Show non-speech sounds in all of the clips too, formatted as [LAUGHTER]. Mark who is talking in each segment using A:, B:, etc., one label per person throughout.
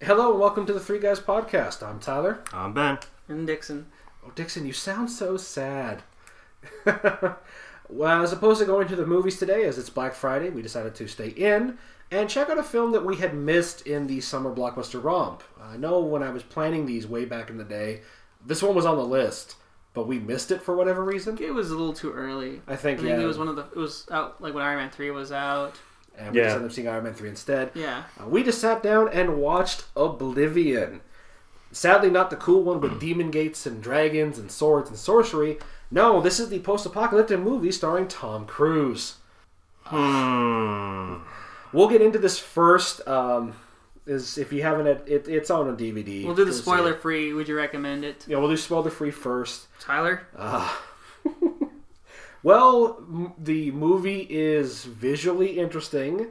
A: Hello and welcome to the Three Guys Podcast. I'm Tyler.
B: I'm Ben.
C: And Dixon.
A: Oh, Dixon, you sound so sad. [LAUGHS] well, as opposed to going to the movies today, as it's Black Friday, we decided to stay in and check out a film that we had missed in the summer blockbuster romp. I know when I was planning these way back in the day, this one was on the list, but we missed it for whatever reason.
C: It was a little too early.
A: I think,
C: I think
A: yeah.
C: it was one of the. It was out like when Iron Man three was out.
A: and we
B: Yeah.
A: just ended up seeing Iron Man 3 instead.
C: Yeah.
A: Uh, we just sat down and watched Oblivion. Sadly, not the cool one with demon gates and dragons and swords and sorcery. No, this is the post apocalyptic movie starring Tom Cruise.
B: Hmm.
A: We'll get into this first. Um, is if you haven't, had- it, it's on a DVD.
C: We'll do
A: Go
C: the
A: see it. uh,
C: spoiler free. Would you recommend it,
A: Yeah, we'll do spoiler free first.
C: Tyler?
A: Well, m- the movie is visually interesting.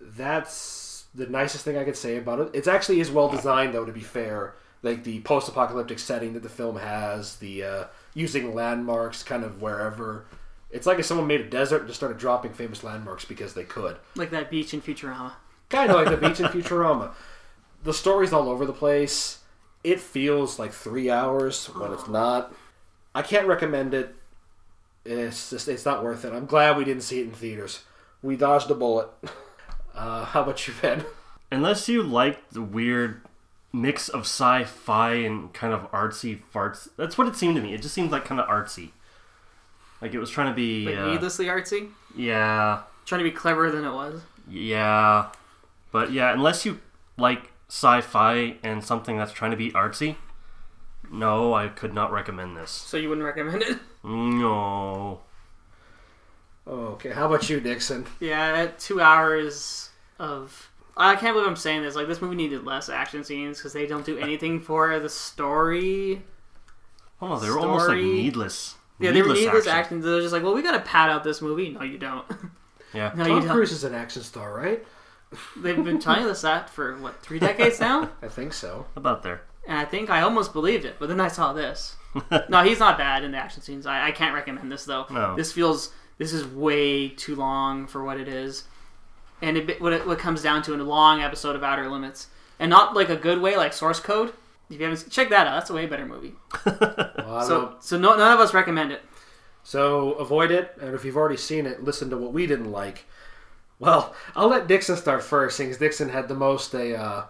A: That's the nicest thing I could say about it. It actually is well designed, though. To be fair, like the post-apocalyptic setting that the film has, the uh, using landmarks kind of wherever. It's like if someone made a desert and just started dropping famous landmarks because they could.
C: Like that beach in Futurama.
A: Kind of like the beach in Futurama. The story's all over the place. It feels like three hours when it's not. I can't recommend it. It's just it's not worth it. I'm glad we didn't see it in theaters. We dodged a bullet. [LAUGHS] Uh, how about you, Ben? [LAUGHS]
B: Unless you like the weird mix of sci-fi and kind of artsy farts, that's what it seemed to me. It just seemed like kind of artsy. Like it was trying to be.
C: Like
B: uh,
C: needlessly artsy,
B: yeah,
C: trying to be cleverer than it was.
B: yeah, but yeah, unless you like sci-fi and something that's trying to be artsy, no, I could not recommend this.
C: So you wouldn't recommend it? [LAUGHS]
B: No.
A: Oh, Okay, how about you, Dixon?
C: Yeah, two hours of. I can't believe I'm saying this. Like this movie needed less action scenes because they don't do
A: Uh,
C: anything for the story.
B: Oh, no, they were almost like
C: Story.
B: needless.
C: Yeah, they were needless action. They're just like, well, we gotta pad out this movie. No, you don't. [LAUGHS]
B: Yeah.
C: No,
A: Tom
C: you don't.
A: Cruise is an action star, right?
C: They've been telling us that for what three
A: [LAUGHS]
C: decades now.
A: I think so.
B: About there.
C: and I think I almost believed it, but then I
A: [LAUGHS]
C: saw this. no, he's not bad in the action scenes. I, I can't recommend this though.
B: No.
C: This feels this is way too long for what it is, and it, what it what it comes down to in a long episode of Outer Limits, and not like a good way like Source Code. If you haven't check that out, that's a way better movie.
A: Well, I
C: So
A: don't-
C: so no, none of us recommend it.
A: so avoid it, and if you've already seen it, listen to what we didn't like. Well, I'll let Dixon start first, since Dixon had the most a uh,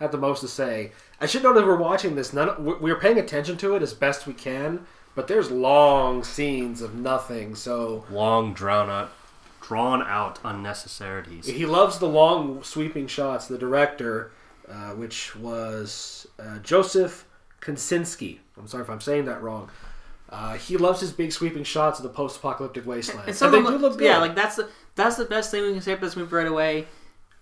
A: had the most to say. I should know that we're watching this. None of- we- we're paying attention to it as best we can, but there's long scenes of nothing. So
B: long drawn out drawn out unnecessarities.
A: he loves the long sweeping shots. The director, uh, which was uh, Joseph Konsinski. I'm sorry if I'm saying that wrong. Uh, he loves his big sweeping shots of the post-apocalyptic wasteland.
C: And some
A: And
C: of
A: they
C: them,
A: do look good.
C: yeah, like that's the that's the best thing we can say about this movie right away,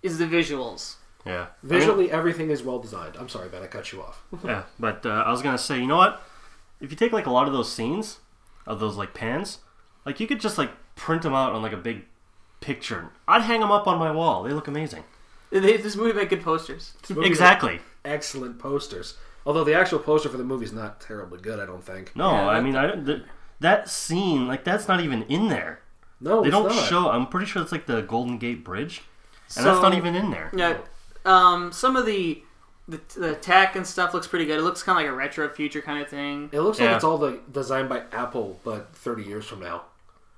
C: is the visuals.
B: Yeah.
A: Visually, everything is well designed. I'm sorry, Ben, I cut you off. [LAUGHS]
B: yeah, but uh, I was gonna say, you know what? If you take like a lot of those scenes of those like pans, like you could just like print them out on like a big picture. I'd hang them up on my wall. They look amazing.
C: They- This movie made good posters.
A: Movie
B: Exactly.
A: excellent posters. Although the actual poster for the movie is not terribly good, I don't think.
B: No,
C: Yeah,
B: I
C: that-
B: mean, I don't. Th- that scene, like that's not even in there.
A: No,
B: They
A: it's
B: don't
A: not.
B: show. I'm pretty sure it's like the Golden Gate Bridge, and that's not
C: So-
B: even in there.
C: Yeah, um, some of the, the the tech and stuff looks pretty good. It looks kind of like a retro future kind of thing.
A: It looks like
B: Yeah.
A: it's all the, designed by Apple, but 30 years from now.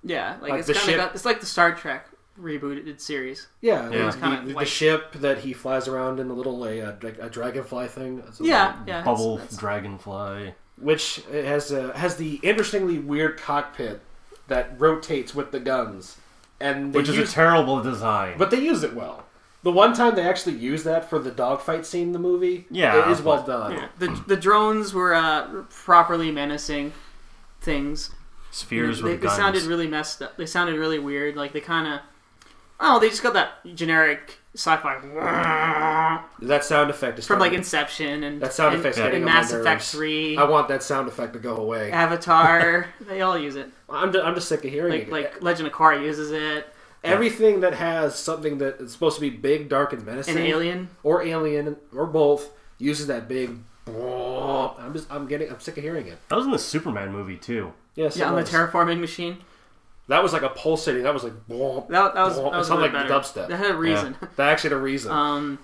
C: Yeah, like,
A: Like
C: it's
A: the
C: kind
A: ship-
C: of got, it's like the Star Trek rebooted series.
A: Yeah,
B: Yeah.
A: The,
C: kinda
A: the- the
C: white.
A: ship that he flies around in the little a, a, dra- a dragonfly thing. It's a-
C: Yeah, yeah, it's-
B: Bubble
C: that's-
B: dragonfly.
A: which it has uh, has the interestingly weird cockpit that rotates with the guns, and they
B: Which is a
A: use-
B: terrible design.
A: but they use it well. The one time they actually use that for the dogfight scene in the movie,
B: Yeah,
A: it is well
B: but-
A: done.
C: yeah. The the drones were uh, properly menacing things.
B: Spheres
C: they,
B: with
C: they
B: guns.
C: sounded really messed up. They sounded really weird. Like they kind of oh, they just got that generic sci-fi
A: That sound effect is
C: [LAUGHS] from like
A: starting-
C: Inception and
A: That sound
C: and,
A: effect's
C: and
A: getting on my
C: Mass Effect
A: nerves.
C: Three,
A: I want that sound effect to go away.
C: Avatar. [LAUGHS] they all use it.
A: I'm just, I'm just sick of hearing
C: like
A: it.
C: like Legend of Korra uses it,
A: Everything that has something that is supposed to be big, dark, and menacing,
C: and Alien.
A: or alien, or both, uses that big. I'm just I'm getting I'm sick of hearing it.
B: That was in the Superman movie too.
A: Yes,
C: Yeah,
A: it
C: on the
A: was.
C: terraforming machine.
A: That was like a pulsating. That was like.
C: That, that was
A: Well,
C: that
A: it
C: was
A: sounded like
C: really [LAUGHS] better. Uh,
A: dubstep.
C: That had a reason.
A: That actually had a reason.
C: Um,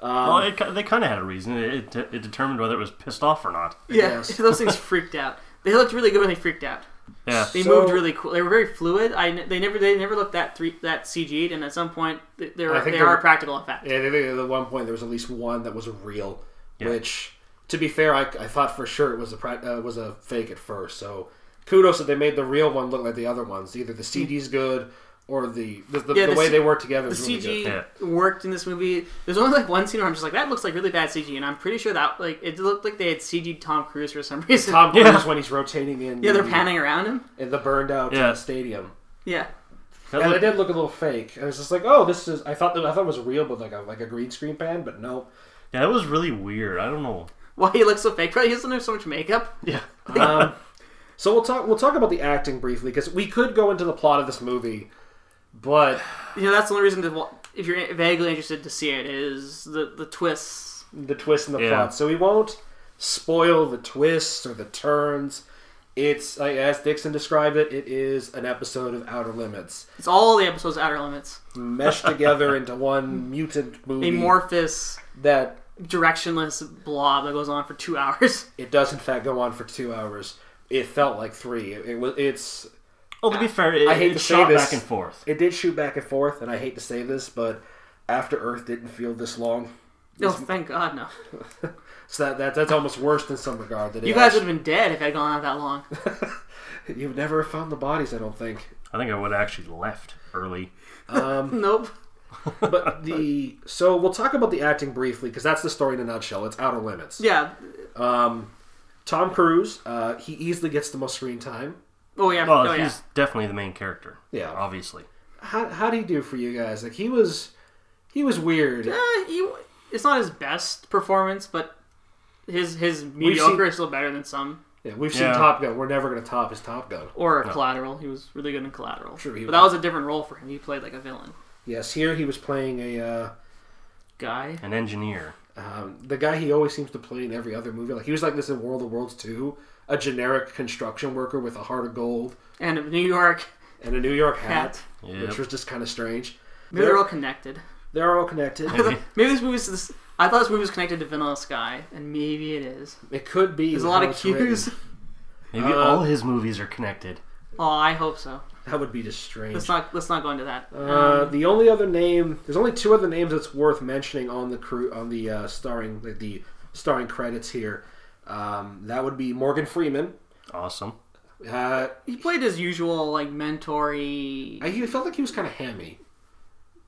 A: Um,
B: well, it, ki- they kind of had a reason. It, it, de- it determined whether it was pissed off or not.
C: Yeah,
A: Yes.
C: [LAUGHS] those things freaked out. They looked really good when they freaked out.
B: Yeah.
C: They
A: So-
C: moved really cool. They were very fluid. I n- they never they never looked that three that CG'd, and at some point th- they
A: I
C: are
A: think
C: they
A: they're-
C: are practical effects.
A: Yeah, I think at one point there was at least one that was real,
B: Yeah.
A: which, to be fair, I, I thought for sure it was a prac- uh, was a fake at first. So kudos that they made the real one look like the other ones. Either the
B: Mm.
A: CD's good or the the, the,
C: Yeah,
A: the
C: the
A: way
C: C-
A: they work together.
C: The
A: is really
C: CG
A: good.
B: good.
C: worked in this movie. There's only like one scene where I'm just like, that looks like really bad CG, and I'm pretty sure that like it looked like they had CG'd Tom Cruise for some reason. [LAUGHS]
A: Tom Cruise
B: Yeah.
A: when he's rotating in
C: yeah, they're
A: the,
C: panning around him.
A: in the burned out
B: Yeah.
A: uh, stadium,
C: Yeah,
B: That
A: and
B: looked-
A: it did look a little fake. I was just like, oh, this is. I thought that, I thought it was real, but like a like a green screen pan, but no.
B: yeah, that was really weird. I don't know.
C: why he looks so fake? Probably he doesn't have so much makeup.
B: Yeah.
A: Um, so we'll talk we'll talk about the acting briefly because we could go into the plot of this movie, but
C: You know, that's the only reason to wa- if you're vaguely interested to see it is the the twists.
A: the twist and the
B: Yeah.
A: plot. So we won't spoil the twists or the turns. It's like, as Dixon described it, it is an episode of Outer Limits
C: It's all the episodes of Outer Limits, [LAUGHS]
A: meshed together into one mutant movie
C: amorphous,
A: that
C: directionless blob that goes on for two [LAUGHS] hours.
A: it does in fact go on for two hours. It felt like three. It, it was. It's.
B: Well, to be fair, it,
A: I hate
B: it
A: to say
B: shot
A: this.
B: back and forth.
A: It did shoot back and forth, and I hate to say this, but After Earth didn't feel this long.
C: Oh, thank God, no.
A: So that, that that's almost worse in some regard. That it
C: You guys
A: actually-
C: would have been dead if it had gone on that long.
A: You would never have found the bodies, I don't think.
B: I think I would have actually left early.
C: nope.
A: But the so we'll talk about the acting briefly because that's the story in a nutshell. It's Outer Limits.
C: Yeah.
A: Tom Cruise, uh, he easily gets the most screen time.
C: Oh yeah.
B: Well,
C: oh yeah.
B: he's definitely the main character.
A: Yeah.
B: Obviously.
A: How how do he do for you guys? Like he was, he was weird.
C: Eh, he- it's not his best performance, but his his
A: seen-
C: mediocre is still better than some.
A: Yeah, we've seen
B: Yeah.
A: Top Gun. We're never gonna top his Top Gun.
C: Or Collateral. He was really good in Collateral.
A: Sure, he
C: but that
A: was.
C: was a different role for him. He played like a villain
A: Yes, here he was playing a uh,
C: guy.
B: An engineer.
A: um, the guy he always seems to play in every other movie. Like he was like this in World of Worlds Two, a generic construction worker with a heart of gold
C: And of New York.
A: and a New York hat,
C: Hat.
A: which
B: Yep.
A: was just kind of strange.
C: Maybe they're all connected.
A: They're all connected.
C: [LAUGHS] Maybe this movie's this. I thought this movie was connected to Vanilla Sky, and maybe it is.
A: It could be.
C: There's a
A: with
C: lot
A: how
C: of
A: it's written.
C: cues. [LAUGHS]
B: Maybe
A: Uh,
B: all his movies are connected.
C: Oh, I hope so.
A: That would be just strange.
C: Let's not let's not go into that.
A: Uh,
C: Um,
A: the only other name, there's only two other names that's worth mentioning on the crew on the uh, starring like the starring credits here. Um, that would be Morgan Freeman.
B: Awesome.
A: Uh,
C: he played his usual like mentory.
A: I- he felt like he was kind of hammy,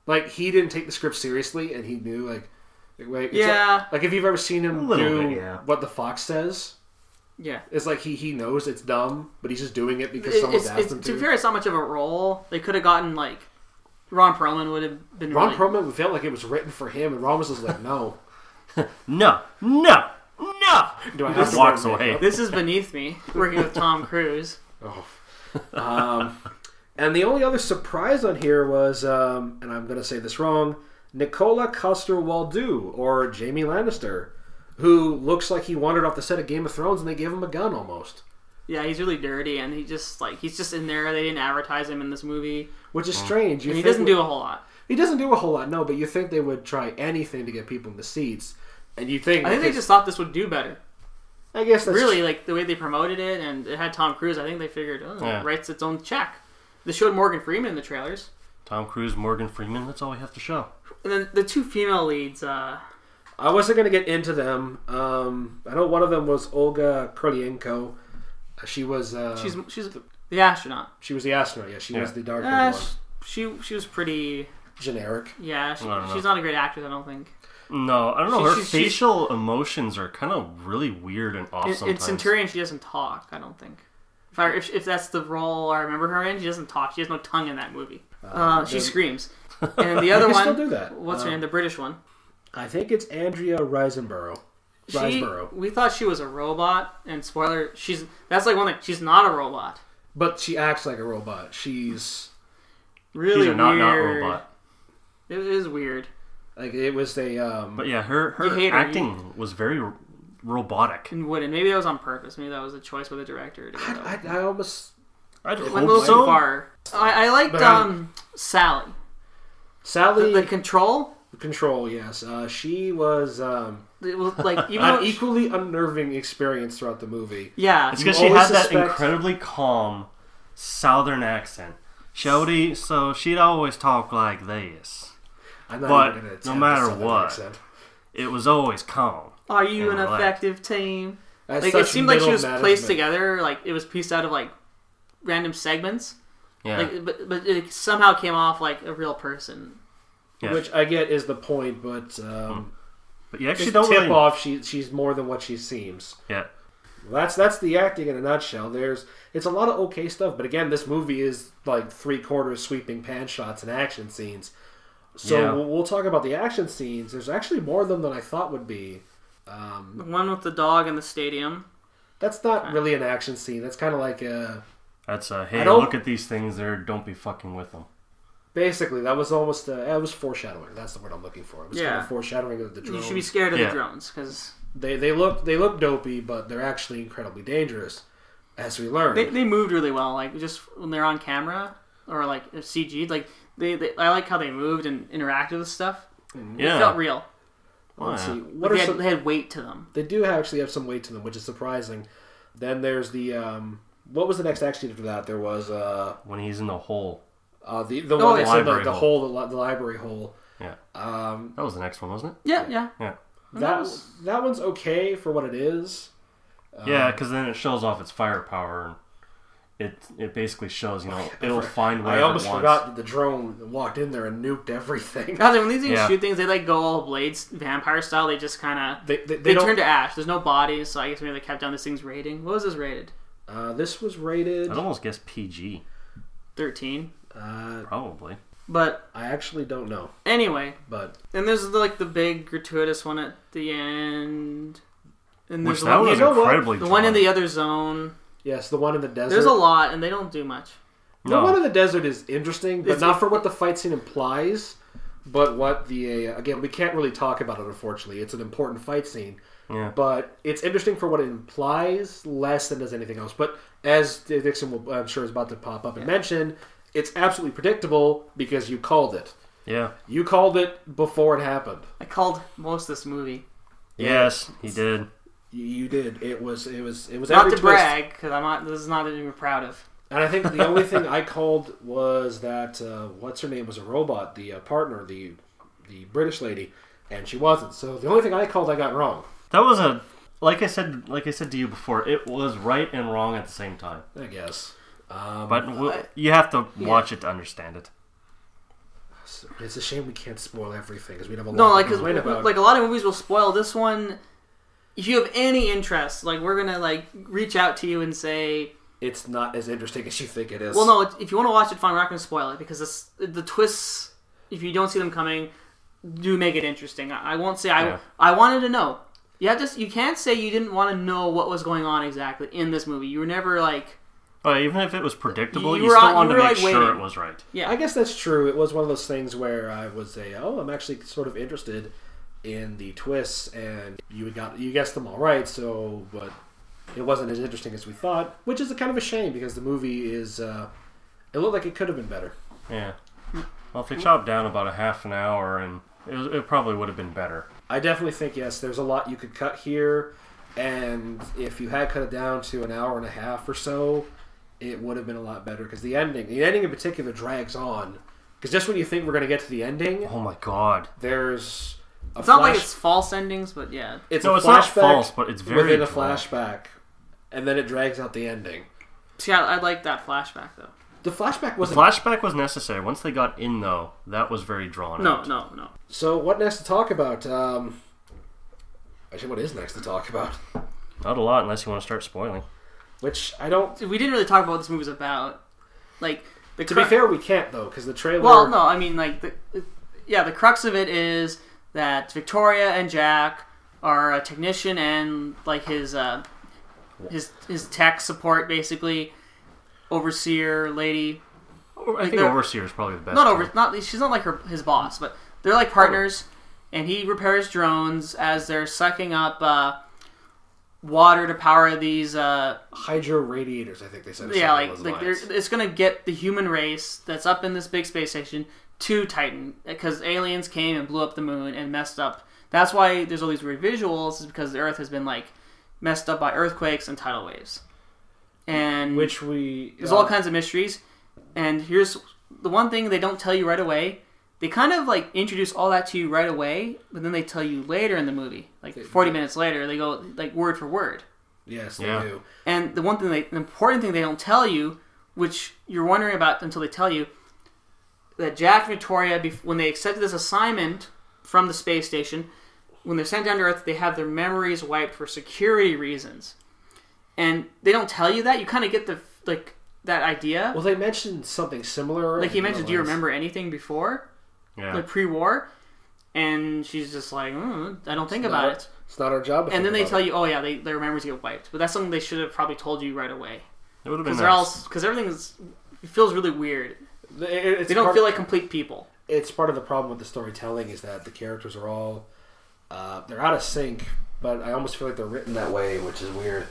A: like he didn't take the script seriously, and he knew like, like, wait, it's
C: Yeah.
A: like, like if you've ever seen him
B: A little
A: do
B: bit, yeah.
A: what the fox says,
C: yeah.
A: it's like he he knows it's dumb, but he's just doing it because
C: It-
A: someone's
C: it's,
A: asked
C: it's,
A: him
C: to
A: to.
C: be fair, it's not much of a role. They could have gotten like Ron Perlman would have been.
A: Ron
C: really,
A: Perlman felt like it was written for him, and Ron was just like, no.
B: No. No. No.
A: Do I
B: He
A: have
B: just
A: to wear
B: walks
A: makeup?
B: away.
C: This is beneath me. Working with Tom Cruise.
A: Oh. Um, and the only other surprise on here was, um, and I'm going to say this wrong, Nicola Custer Waldo, or Jamie Lannister, who looks like he wandered off the set of Game of Thrones and they gave him a gun almost,
C: Yeah, he's really dirty, and he just like he's just in there. They didn't advertise him in this movie,
A: which is strange. You
C: and he
A: think-
C: doesn't do a whole lot.
A: he doesn't do a whole lot, no, but you think they would try anything to get people in the seats. And you think,
C: I think they just thought this would do better.
A: I guess that's
C: Really, like the way they promoted it, and it had Tom Cruise. I think they figured, oh,
B: Yeah.
C: it writes its own check. They showed Morgan Freeman in the trailers,
B: Tom Cruise, Morgan Freeman. That's all we have to show.
C: and then the two female leads. uh
A: I wasn't going to get into them. Um, I know one of them was Olga Kurlienko. She was uh,
C: She's she's the astronaut.
A: she was the astronaut. Yeah, she was
B: Yeah.
A: the dark
C: Uh,
A: haired one.
C: she she was pretty.
A: Generic.
C: Yeah, she,
B: I don't know.
C: she's not a great actress. I don't think.
B: No, I don't know. Her
C: She- she- she-
B: facial emotions are kind of really weird and off
C: In, in
B: sometimes.
C: Centurion, she doesn't talk. I don't think. If, I, if, if that's the role I remember her in, she doesn't talk. She has no tongue in that movie. Uh, she
A: then-
C: screams. And the other
A: can
C: one,
A: still do that.
C: what's
A: Uh,
C: her name? The British one.
A: I think it's Andrea Riseborough.
C: She,
A: Riseborough.
C: we thought she was a robot, and spoiler, she's that's like one that she's not a robot.
A: But she acts like a robot. She's
C: Really
B: She's a not not
C: weird.
B: robot.
C: It is weird.
A: like it was a um
B: But yeah, her
C: You hate
B: her
C: her,
B: acting was very r- robotic.
C: And wouldn't maybe that was on purpose. Maybe that was a choice by the director. To go that way.
A: I, I almost
B: I'd
C: Went a
B: hope
C: little too
B: so.
C: far. I, I liked
A: But I-
C: um, Sally.
A: Sally
C: The, the control.
A: Control, yes. Uh, she was um,
C: It was,
B: [LAUGHS]
C: like even
A: an
C: though,
A: equally unnerving experience throughout the movie.
C: yeah,
B: It's
A: You
B: because she
A: always
B: had that
A: suspect-
B: incredibly calm southern accent. Shody, so she'd always talk like this.
A: I'm not
B: But
A: even gonna
B: no
A: attempt a
B: matter
A: Southern
B: what,
A: accent.
B: It was always calm.
C: are you an
B: Yeah, relax.
C: effective team?
A: That's
C: like it
A: such
C: seemed like
A: middle
C: she was placed
A: management.
C: together. Like it was pieced out of like random segments.
B: Yeah.
C: Like, but but it somehow came off like a real person.
B: yeah.
A: which I get is the point, but um,
B: but you actually
A: just
B: don't
A: tip
B: really.
A: off. She she's more than what she seems.
B: Yeah.
A: That's that's the acting in a nutshell. There's it's a lot of okay stuff, but again, this movie is like three quarters sweeping pan shots and action scenes. So
B: Yeah.
A: we'll, we'll talk about the action scenes. There's actually more of them than I thought would be. Um,
C: The one with the dog in the stadium.
A: that's not really an action scene. That's kind of like a
B: That's uh, hey,
A: don't-
B: look at these things there. Don't be fucking with them.
A: basically that was almost a, it was foreshadowing. That's the word I'm looking for. It was kind
C: Yeah.
A: of foreshadowing of the
C: You
A: drones.
C: should be scared of
B: Yeah.
C: the drones because
A: They they look they look dopey, but they're actually incredibly dangerous, as we learned.
C: they, they moved really well. Like just when they're on camera or like CG, like they, they I like how they moved and interacted with stuff. It felt
B: Yeah.
C: real.
A: Let's
B: Oh, yeah.
A: see what
C: they,
A: are
C: had,
A: some
C: they had weight to them.
A: They do actually have some weight to them, which is surprising. Then there's the um, what was the next action after that? There was uh,
B: When he's in the hole.
A: uh the the
C: Oh,
A: one that's in the,
B: Library
A: the
B: hole.
A: hole, the, li- the library hole.
B: Yeah.
A: Um,
B: That was the next one, wasn't it?
C: Yeah, yeah.
B: Yeah.
C: And
A: that
C: that was-
A: that one's okay for what it is.
B: Yeah, because then it shows off its firepower and it it basically shows you
C: Oh,
B: know it'll find
A: I
B: whatever
A: almost
B: it wants.
A: forgot that the drone walked in there and nuked everything. [LAUGHS]
C: God, when these things
B: Yeah.
C: shoot things, they like go all blades vampire style. They just kind of
A: They they, they,
C: they,
A: don't.
C: turn to ash. There's no bodies, so I guess maybe they kept down this thing's rating. What was this rated?
A: uh, this was rated.
B: I'd almost guess PG
C: Thirteen.
A: Uh,
B: probably.
C: But
A: I actually don't know,
C: anyway,
A: but
C: and there's like the big gratuitous one at the end, and there's
B: Which
C: the
B: that
C: one,
B: was
A: you know what?
B: incredibly.
C: the one in
B: drawn.
C: the other zone.
A: yes, the one in the desert.
C: There's a lot, and they don't do much.
A: The one
B: no.
A: in the desert is interesting, but
C: It's-
A: not for what the fight scene implies, but what the uh, again we can't really talk about it. Unfortunately, it's an important fight scene,
B: Yeah.
A: but it's interesting for what it implies less than does anything else. But as Dixon, will, I'm sure, is about to pop up and mention, it's absolutely predictable because you called it.
B: Yeah.
A: You called it before it happened.
C: I called most of this movie.
B: Yes, he did.
A: You, you did. It was. It was. It was
C: Not
A: every
C: to
A: twist.
C: brag, because I'm not. This is not anything we're proud of.
A: And I think the only thing I called was that uh, what's her name was a robot, the uh, partner, the the British lady, and she wasn't. So the only thing I called I got wrong.
B: That was a like I said like I said to you before. It was right and wrong at the same time.
A: I guess. Um,
B: But w you have to
C: yeah.
B: watch it to understand it.
A: it's a shame we can't spoil everything because we'd have a lot
C: No,
A: to
C: like, cause,
A: complain about.
C: like a lot of movies will spoil this one. If you have any interest, like we're gonna like reach out to you and say,
A: it's not as interesting as you think it is.
C: well, no, if you want to watch it, fine, we're not gonna spoil it because this, the twists, if you don't see them coming, do make it interesting. I, I won't say I
B: Yeah.
C: I wanted to know. You have to, you can't say you didn't want to know what was going on exactly in this movie. You were never like,
B: But even if it was predictable,
C: You
B: you,
C: were
B: still
C: on- you
B: wanted
C: were,
B: to make
C: like,
B: sure
C: waiting.
B: it was right.
C: yeah,
A: I guess that's true. It was one of those things where I would say, "Oh, I'm actually sort of interested in the twists," and you got you guessed them all right. So, but it wasn't as interesting as we thought, which is a kind of a shame because the movie is. Uh, it looked like it could have been better.
B: Yeah. Well, if they chopped down about a half an hour, and it, was, it probably would have been better.
A: I definitely think yes, there's a lot you could cut here, and if you had cut it down to an hour and a half or so, it would have been a lot better because the ending, the ending in particular, drags on. Because just when you think we're going to get to the ending,
B: Oh my god.
A: there's a
C: it's not like
A: flash-
C: it's false endings, but yeah,
A: it's
B: No,
A: a
B: it's
A: flashback
B: not false, but it's very
A: within a
B: drawn.
A: flashback, and then it drags out the ending.
C: see, I, I like that flashback though.
A: The flashback
B: The
A: wasn't
B: flashback was necessary. Once they got in, though, that was very drawn
C: No,
B: out.
C: no, no.
A: so. What next to talk about? Um, actually, what is next to talk about?
B: Not a lot, unless you want to start spoiling.
A: Which I don't.
C: we didn't really talk about what this movie's about. Like the
A: To be
C: cru-
A: fair, we can't though because the trailer.
C: well, no, I mean like the yeah, the crux of it is that Victoria and Jack are a technician and like his uh, his his tech support basically overseer lady.
B: I think
C: they're-
B: Overseer is probably the best.
C: Not over
B: term.
C: not she's not like her his boss, but they're like partners and he repairs drones as they're sucking up uh, water to power these uh
A: hydro radiators. I think they said. or
C: yeah,
A: something
C: like
A: along
C: like
A: those lines.
C: they're- it's gonna get the human race that's up in this big space station to Titan because aliens came and blew up the moon and messed up. That's why there's all these weird visuals is because the Earth has been like messed up by earthquakes and tidal waves, and
A: Which we
C: there's
A: uh,
C: all kinds of mysteries. And here's the one thing they don't tell you right away. They kind of like introduce all that to you right away, but then they tell you later in the movie, like 40 minutes later, they go like word for word.
A: Yes, they
B: Yeah.
A: do.
C: And the one thing, they, the important thing they don't tell you, which you're wondering about until they tell you, that Jack and Victoria, bef- when they accepted this assignment from the space station, when they're sent down to Earth, they have their memories wiped for security reasons. And they don't tell you that. You kind of get the like that idea.
A: Well, they mentioned something similar.
C: like
A: I
C: he
A: didn't
C: mentioned, do you
A: realize.
C: remember anything before,
B: Yeah.
C: like pre-war? And she's just like, mm, I don't think
A: It's
C: about
A: not-
C: it.
A: It's not our job. to
C: And
A: think
C: then they
A: about
C: tell
A: it.
C: you, oh yeah, they, their memories get wiped. But that's something they should have probably told you right away.
B: it would have been
C: because
B: nice.
C: they're all because everything's it feels really weird.
A: It- it- it's
C: They don't
A: part-
C: feel like complete people.
A: it's part of the problem with the storytelling is that the characters are all uh, they're out of sync, but I almost feel like they're written that way, which is weird.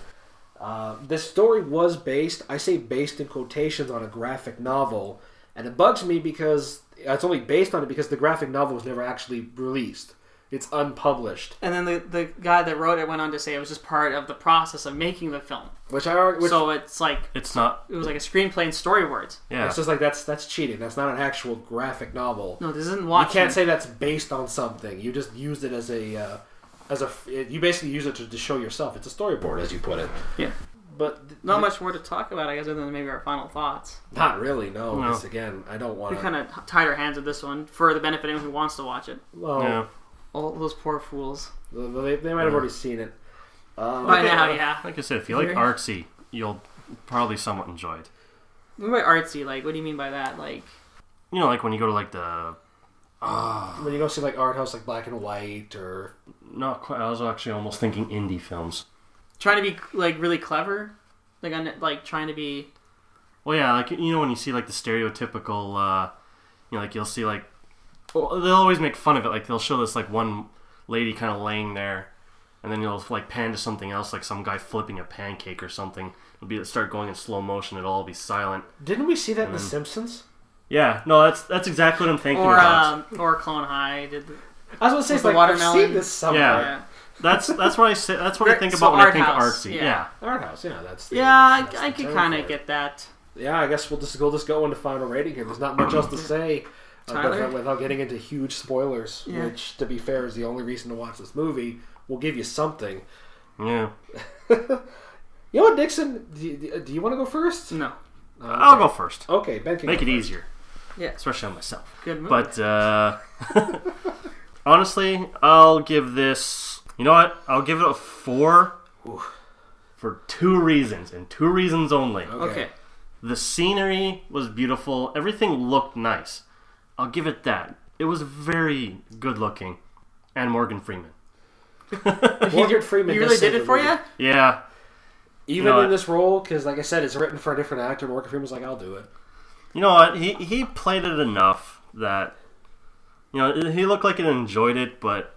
A: Uh, this story was based, I say based in quotations, on a graphic novel, and it bugs me because it's only based on it because the graphic novel was never actually released. It's unpublished,
C: And then the the guy that wrote it went on to say it was just part of the process of making the film.
A: which I already. Which,
C: so it's like
B: It's not.
C: it was like a screenplay and storyboards.
B: Yeah.
A: It's just like that's that's cheating. That's not an actual graphic novel.
C: No, this isn't
A: you
C: Watchmen.
A: can't say that's based on something. You just used it as a uh, as a you basically use it to, to show yourself. It's a storyboard, as you put it.
C: Yeah.
A: but th-
C: Not much more to talk about, I guess, other than maybe our final thoughts.
A: not really. No,
B: No.
A: because again, I don't
C: We
A: want to.
C: kind of tied our hands at this one for the benefit of anyone who wants to watch it.
A: Well,
B: yeah.
C: All those poor fools.
A: they, they might have already seen it. Um,
C: By
A: okay,
C: now,
A: uh,
C: yeah.
B: Like I said, if you like
C: Very-
B: artsy, you'll probably somewhat enjoy it.
C: What about artsy? Like, what do you mean by that? Like,
B: You know, like when you go to like the. Ah,
A: When you go see like art house, like black and white, or
B: not quite. I was actually almost thinking indie films.
C: trying to be like really clever, like on like trying to be
B: Well, yeah, like you know when you see like the stereotypical, uh, you know, like you'll see like, well, they'll always make fun of it. Like they'll show this like one lady kind of laying there, and then you'll like pan to something else, like some guy flipping a pancake or something. It'll be start going in slow motion. It'll all be silent.
A: didn't we see that in
C: Mm.
A: The Simpsons?
B: Yeah, no, that's that's exactly what I'm thinking
C: or
B: about.
C: um, or Clone High did. the-
A: I was gonna say
C: With
A: it's
C: the
A: like
C: watermelon?
A: I've seen this somewhere.
B: Yeah. That's that's what I say. That's what I
C: [LAUGHS] Right,
B: think
C: so
B: about when I
C: art
B: think
C: house,
B: artsy.
C: yeah.
B: Yeah.
A: Art house, yeah, that's the,
C: Yeah, I,
A: that's
C: I
A: the
C: could
A: term
C: kind
A: for
C: of
A: it.
C: get that.
A: Yeah, I guess we'll just we'll just go into final rating here. There's not much else to say uh,
C: Tyler?
A: without, without getting into huge spoilers,
C: Yeah.
A: which, to be fair, is the only reason to watch this movie. We'll give you something.
B: yeah.
A: You know what, Dixon? Do you, do you want to go first?
C: No.
A: Uh,
B: I'll
A: okay.
B: go first.
A: Okay, Ben can
B: Make
A: go
B: it
A: first.
B: easier,
C: Yes.
B: especially on myself.
C: Good move.
B: But uh, [LAUGHS] honestly, I'll give this. You know what? I'll give it a four for two reasons, and two reasons only.
C: okay.
B: The scenery was beautiful. Everything looked nice. I'll give it that. It was very good looking, and Morgan Freeman.
A: Morgan Freeman.
C: You
A: does
C: really
A: save
C: did it
A: the
C: for
A: movie.
C: you?
B: Yeah,
A: Even
B: You know
A: in
B: what?
A: this role, because like I said, it's written for a different actor. Morgan Freeman's like, I'll do
C: [LAUGHS]
A: it.
B: you know what? He he played it enough that you know he looked like he enjoyed it, but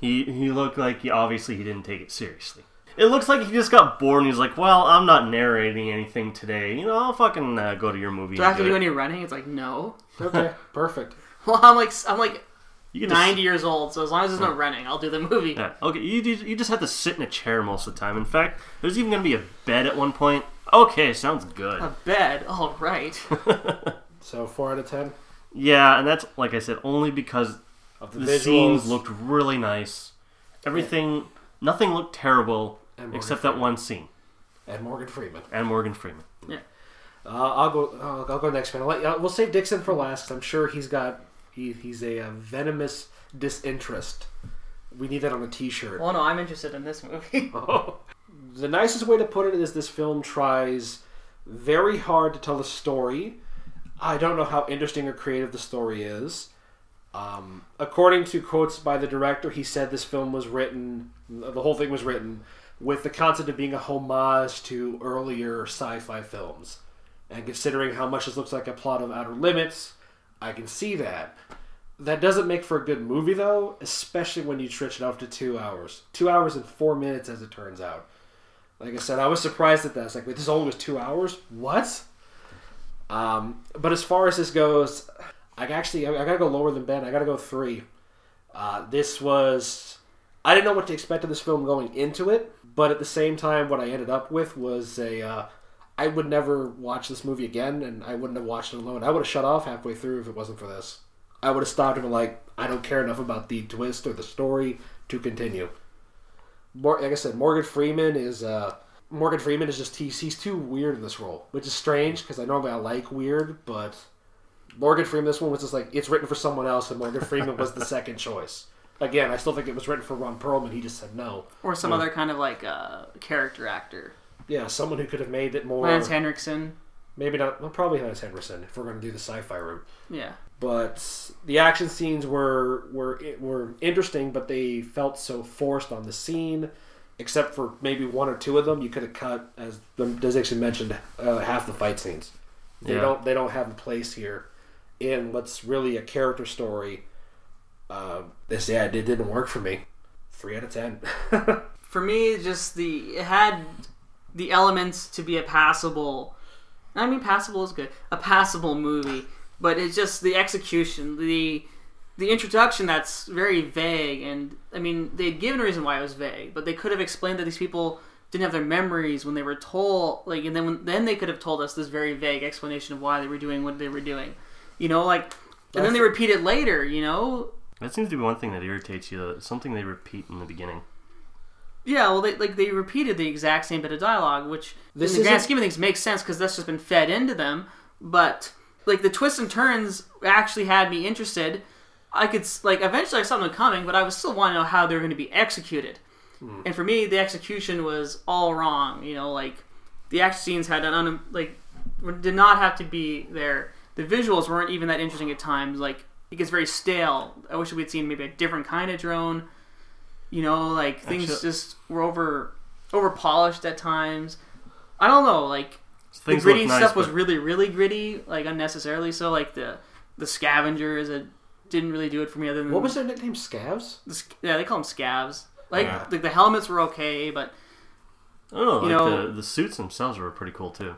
B: he he looked like he obviously he didn't take it seriously. It looks like he just got bored and he's like, "Well, I'm not narrating anything today. You know, I'll fucking uh, go to your movie."
C: Do I
B: and
C: have to
B: do
C: do
B: it."
C: any running? It's like no. [LAUGHS]
A: Okay, perfect.
C: Well, I'm like I'm like
B: You can just-
C: 90 years old, so as long as there's no running, I'll do the movie.
B: Yeah. Okay. You do- you just have to sit in a chair most of the time. In fact, there's even gonna be a bed at one point. Okay, sounds good.
C: A bed. All
B: [LAUGHS]
C: right.
A: So four out of ten
B: Yeah, and that's like I said, only because
A: of the,
B: the
A: visuals.
B: scenes looked really nice. Everything, nothing looked terrible
A: And Morgan
B: except that one scene
A: and Morgan Freeman.
B: and Morgan Freeman.
A: Uh, I'll go. I'll, I'll go next, man. I'll let, uh, we'll save Dixon for last. 'cause I'm sure he's got. He, he's a, uh venomous disinterest. We need that on a T-shirt.
C: well, no, I'm interested in this movie.
B: Oh.
A: [LAUGHS] the nicest way to put it is this film tries very hard to tell a story. I don't know how interesting or creative the story is. Um, according to quotes by the director, he said this film was written, the whole thing was written, with the concept of being a homage to earlier sci fi films. And considering how much this looks like a plot of Outer Limits, I can see that. That doesn't make for a good movie, though, especially when you stretch it out to two hours. Two hours and four minutes, as it turns out. Like I said, I was surprised at that. It's like, wait, this only was two hours? What? Um, but as far as this goes, I actually I I gotta go lower than Ben. I gotta go three. Uh, this was I didn't know what to expect of this film going into it, but at the same time, what I ended up with was a uh, I would never watch this movie again, and I wouldn't have watched it alone. I would have shut off halfway through if it wasn't for this. I would have stopped and been like, I don't care enough about the twist or the story to continue. Mor- like I said, Morgan Freeman is uh, Morgan Freeman is just he's, he's too weird in this role, which is strange because I normally I like weird, but Morgan Freeman this one was just like it's written for someone else, and Morgan Freeman was the second choice. Again, I still think it was written for Ron Perlman. He just said no.
C: [LAUGHS] or some other kind of like uh, character actor.
A: Yeah, someone who could have made it more.
C: Lance Henriksen.
A: maybe not. Well, probably Hans Henderson if we're going to do the sci-fi route.
C: Yeah.
A: but the action scenes were were were interesting, but they felt so forced on the scene. Except for maybe one or two of them, you could have cut, as the designation mentioned, uh, half the fight scenes. They
B: Yeah.
A: don't they don't have a place here in what's really a character story. Uh, this yeah, it didn't work for me. Three out of ten. [LAUGHS]
C: for me, just the it had the elements to be a passable. I mean, passable is good. A passable movie, but it's just the execution, the the introduction that's very vague. And I mean, they'd given a reason why it was vague, but they could have explained that these people didn't have their memories when they were told. Like, and then when, then they could have told us this very vague explanation of why they were doing what they were doing. You know, like, and then they repeat it later. You know,
B: That seems to be one thing that irritates you. though, Something they repeat in the beginning.
C: Yeah, well, they like they repeated the exact same bit of dialogue, which
A: This
C: in the grand
A: isn't-
C: scheme of things makes sense because that's just been fed into them. But like the twists and turns actually had me interested. I could s- like eventually I saw them coming, but I was still wanting to know how they were going to be executed. And for me, the execution was all wrong. You know, like the action scenes had an un- like did not have to be there. The visuals weren't even that interesting at times. Like it gets very stale. I wish we'd seen maybe a different kind of drone. You know, like things
B: Actu-
C: just were over over polished at times. I don't know. Like
B: Things
C: the gritty
B: look nice,
C: stuff was
B: but-
C: really really gritty, like unnecessarily so. Like the the scavengers, it didn't really do it for me. Other than
A: what was their nickname? Scavs.
C: the sc- yeah, they call them scavs. Like
B: Yeah.
C: the, the helmets were okay, but
B: Oh,
C: You
B: like
C: know-
B: the, the suits themselves were pretty cool too.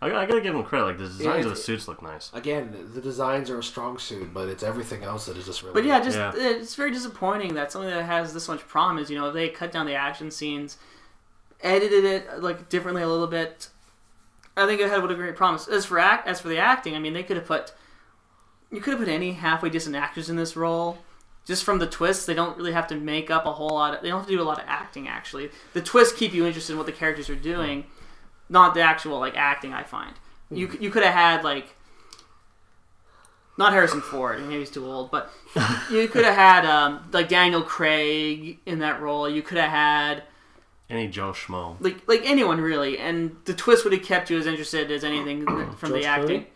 B: I, I gotta give them credit. Like the designs of the
A: it-
B: suits look nice.
A: Again, the designs are a strong suit, but it's everything else that is just really.
C: But yeah, just uh,
B: Yeah.
C: it's very disappointing that something that has this much promise, you know, if they cut down the action scenes, edited it like differently a little bit, I think it had would have great promise. As for act, as for the acting, I mean, they could have put you could have put any halfway decent actors in this role. Just from the twists, they don't really have to make up a whole lot. Of, they don't have to do a lot of acting actually. The twists keep you interested in what the characters are doing, not the actual like acting. I find you c- you could have had like not Harrison Ford. Maybe he's too old, but you could have had um, like Daniel Craig in that role. You could have had
B: Any Joe Schmo.
C: like like anyone really, and the twist would have kept you as interested as
A: [CLEARS THROAT]
C: anything from
A: George
C: the acting.
A: Clooney?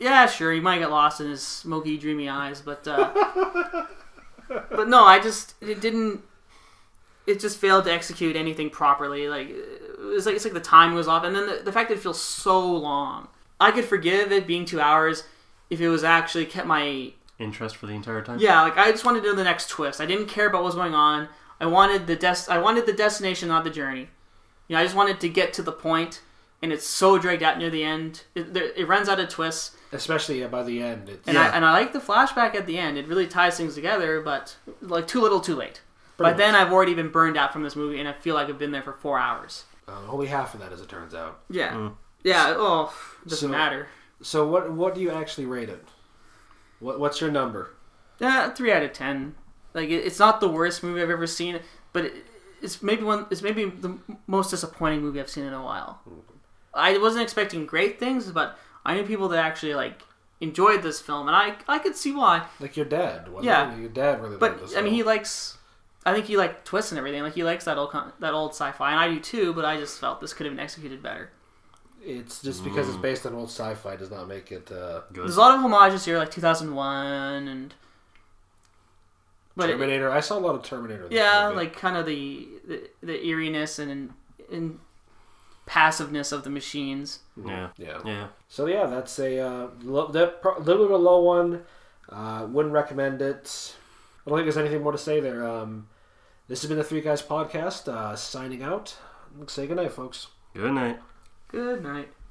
C: Yeah, sure, you might get lost in his smoky, dreamy eyes,
A: [LAUGHS]
C: but uh, but no, I just it didn't. It just failed to execute anything properly. Like it was like it's like the time was off, and then the, the fact that it feels so long. I could forgive it being two hours if it was actually kept my
B: Interest for the entire time.
C: yeah, like I just wanted to know the next twist. I didn't care about what was going on. I wanted the des- I wanted the destination, not the journey. You know, I just wanted to get to the point, and it's so dragged out near the end. It, there, it runs out of twists,
A: especially uh, by the end. It's,
C: and I and I like the flashback at the end. It really ties things together, but like too little, too late. but
A: much.
C: then I've already been burned out from this movie, and I feel like I've been there for four hours.
A: uh, only half of that, as it turns out.
C: Yeah, yeah. Oh, doesn't
A: So-
C: matter.
A: So what what do you actually rate it? What what's your number?
C: Yeah, three out of ten. Like it, it's not the worst movie I've ever seen, but it, it's maybe one. It's maybe the m- most disappointing movie I've seen in a while.
A: Mm-hmm.
C: I wasn't expecting great things, but I knew people that actually like enjoyed this film, and I I could see why.
A: Like your dad? What,
C: Yeah.
A: your dad really.
C: But
A: loved this
C: I mean,
A: film.
C: he likes. I think he liked twists and everything. Like he likes that old con- that old sci-fi, and I do too. But I just felt this could have been executed better.
A: it's just because it's based on old sci-fi does not make it. Uh,
B: Good.
C: There's a lot of homages here, like 2001 and. But it,
A: Terminator. I saw a lot of Terminator. in this
C: yeah
A: movie.
C: like kind of the, the the eeriness and and passiveness of the machines
B: Yeah.
A: yeah.
B: Yeah.
A: So yeah, that's a uh, lo- that pro- little bit of a low one. Uh, wouldn't recommend it. I don't think there's anything more to say there. Um, this has been the Three Guys podcast. Uh, signing out. Say goodnight, folks.
B: Good night.
C: good night